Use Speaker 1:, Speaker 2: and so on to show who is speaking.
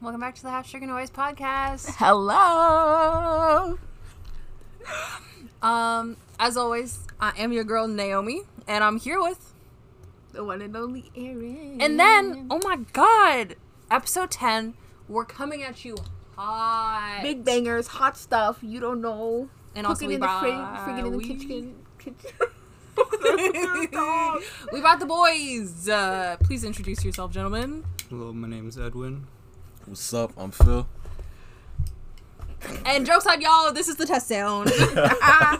Speaker 1: Welcome back to the Half Sugar Noise podcast.
Speaker 2: Hello.
Speaker 1: Um, as always, I am your girl Naomi, and I'm here with.
Speaker 2: The one and only Erin.
Speaker 1: And then, oh my god, episode ten, we're coming at you hot.
Speaker 2: big bangers, hot stuff. You don't know.
Speaker 1: and also
Speaker 2: Cooking
Speaker 1: we
Speaker 2: in the
Speaker 1: brought
Speaker 2: fridge, friggin' in the
Speaker 1: we-
Speaker 2: kitchen. kitchen.
Speaker 1: we brought the boys. Uh, please introduce yourself, gentlemen.
Speaker 3: Hello, my name's Edwin.
Speaker 4: What's up? I'm Phil.
Speaker 1: And jokes on y'all. This is the test sound.
Speaker 2: Ah,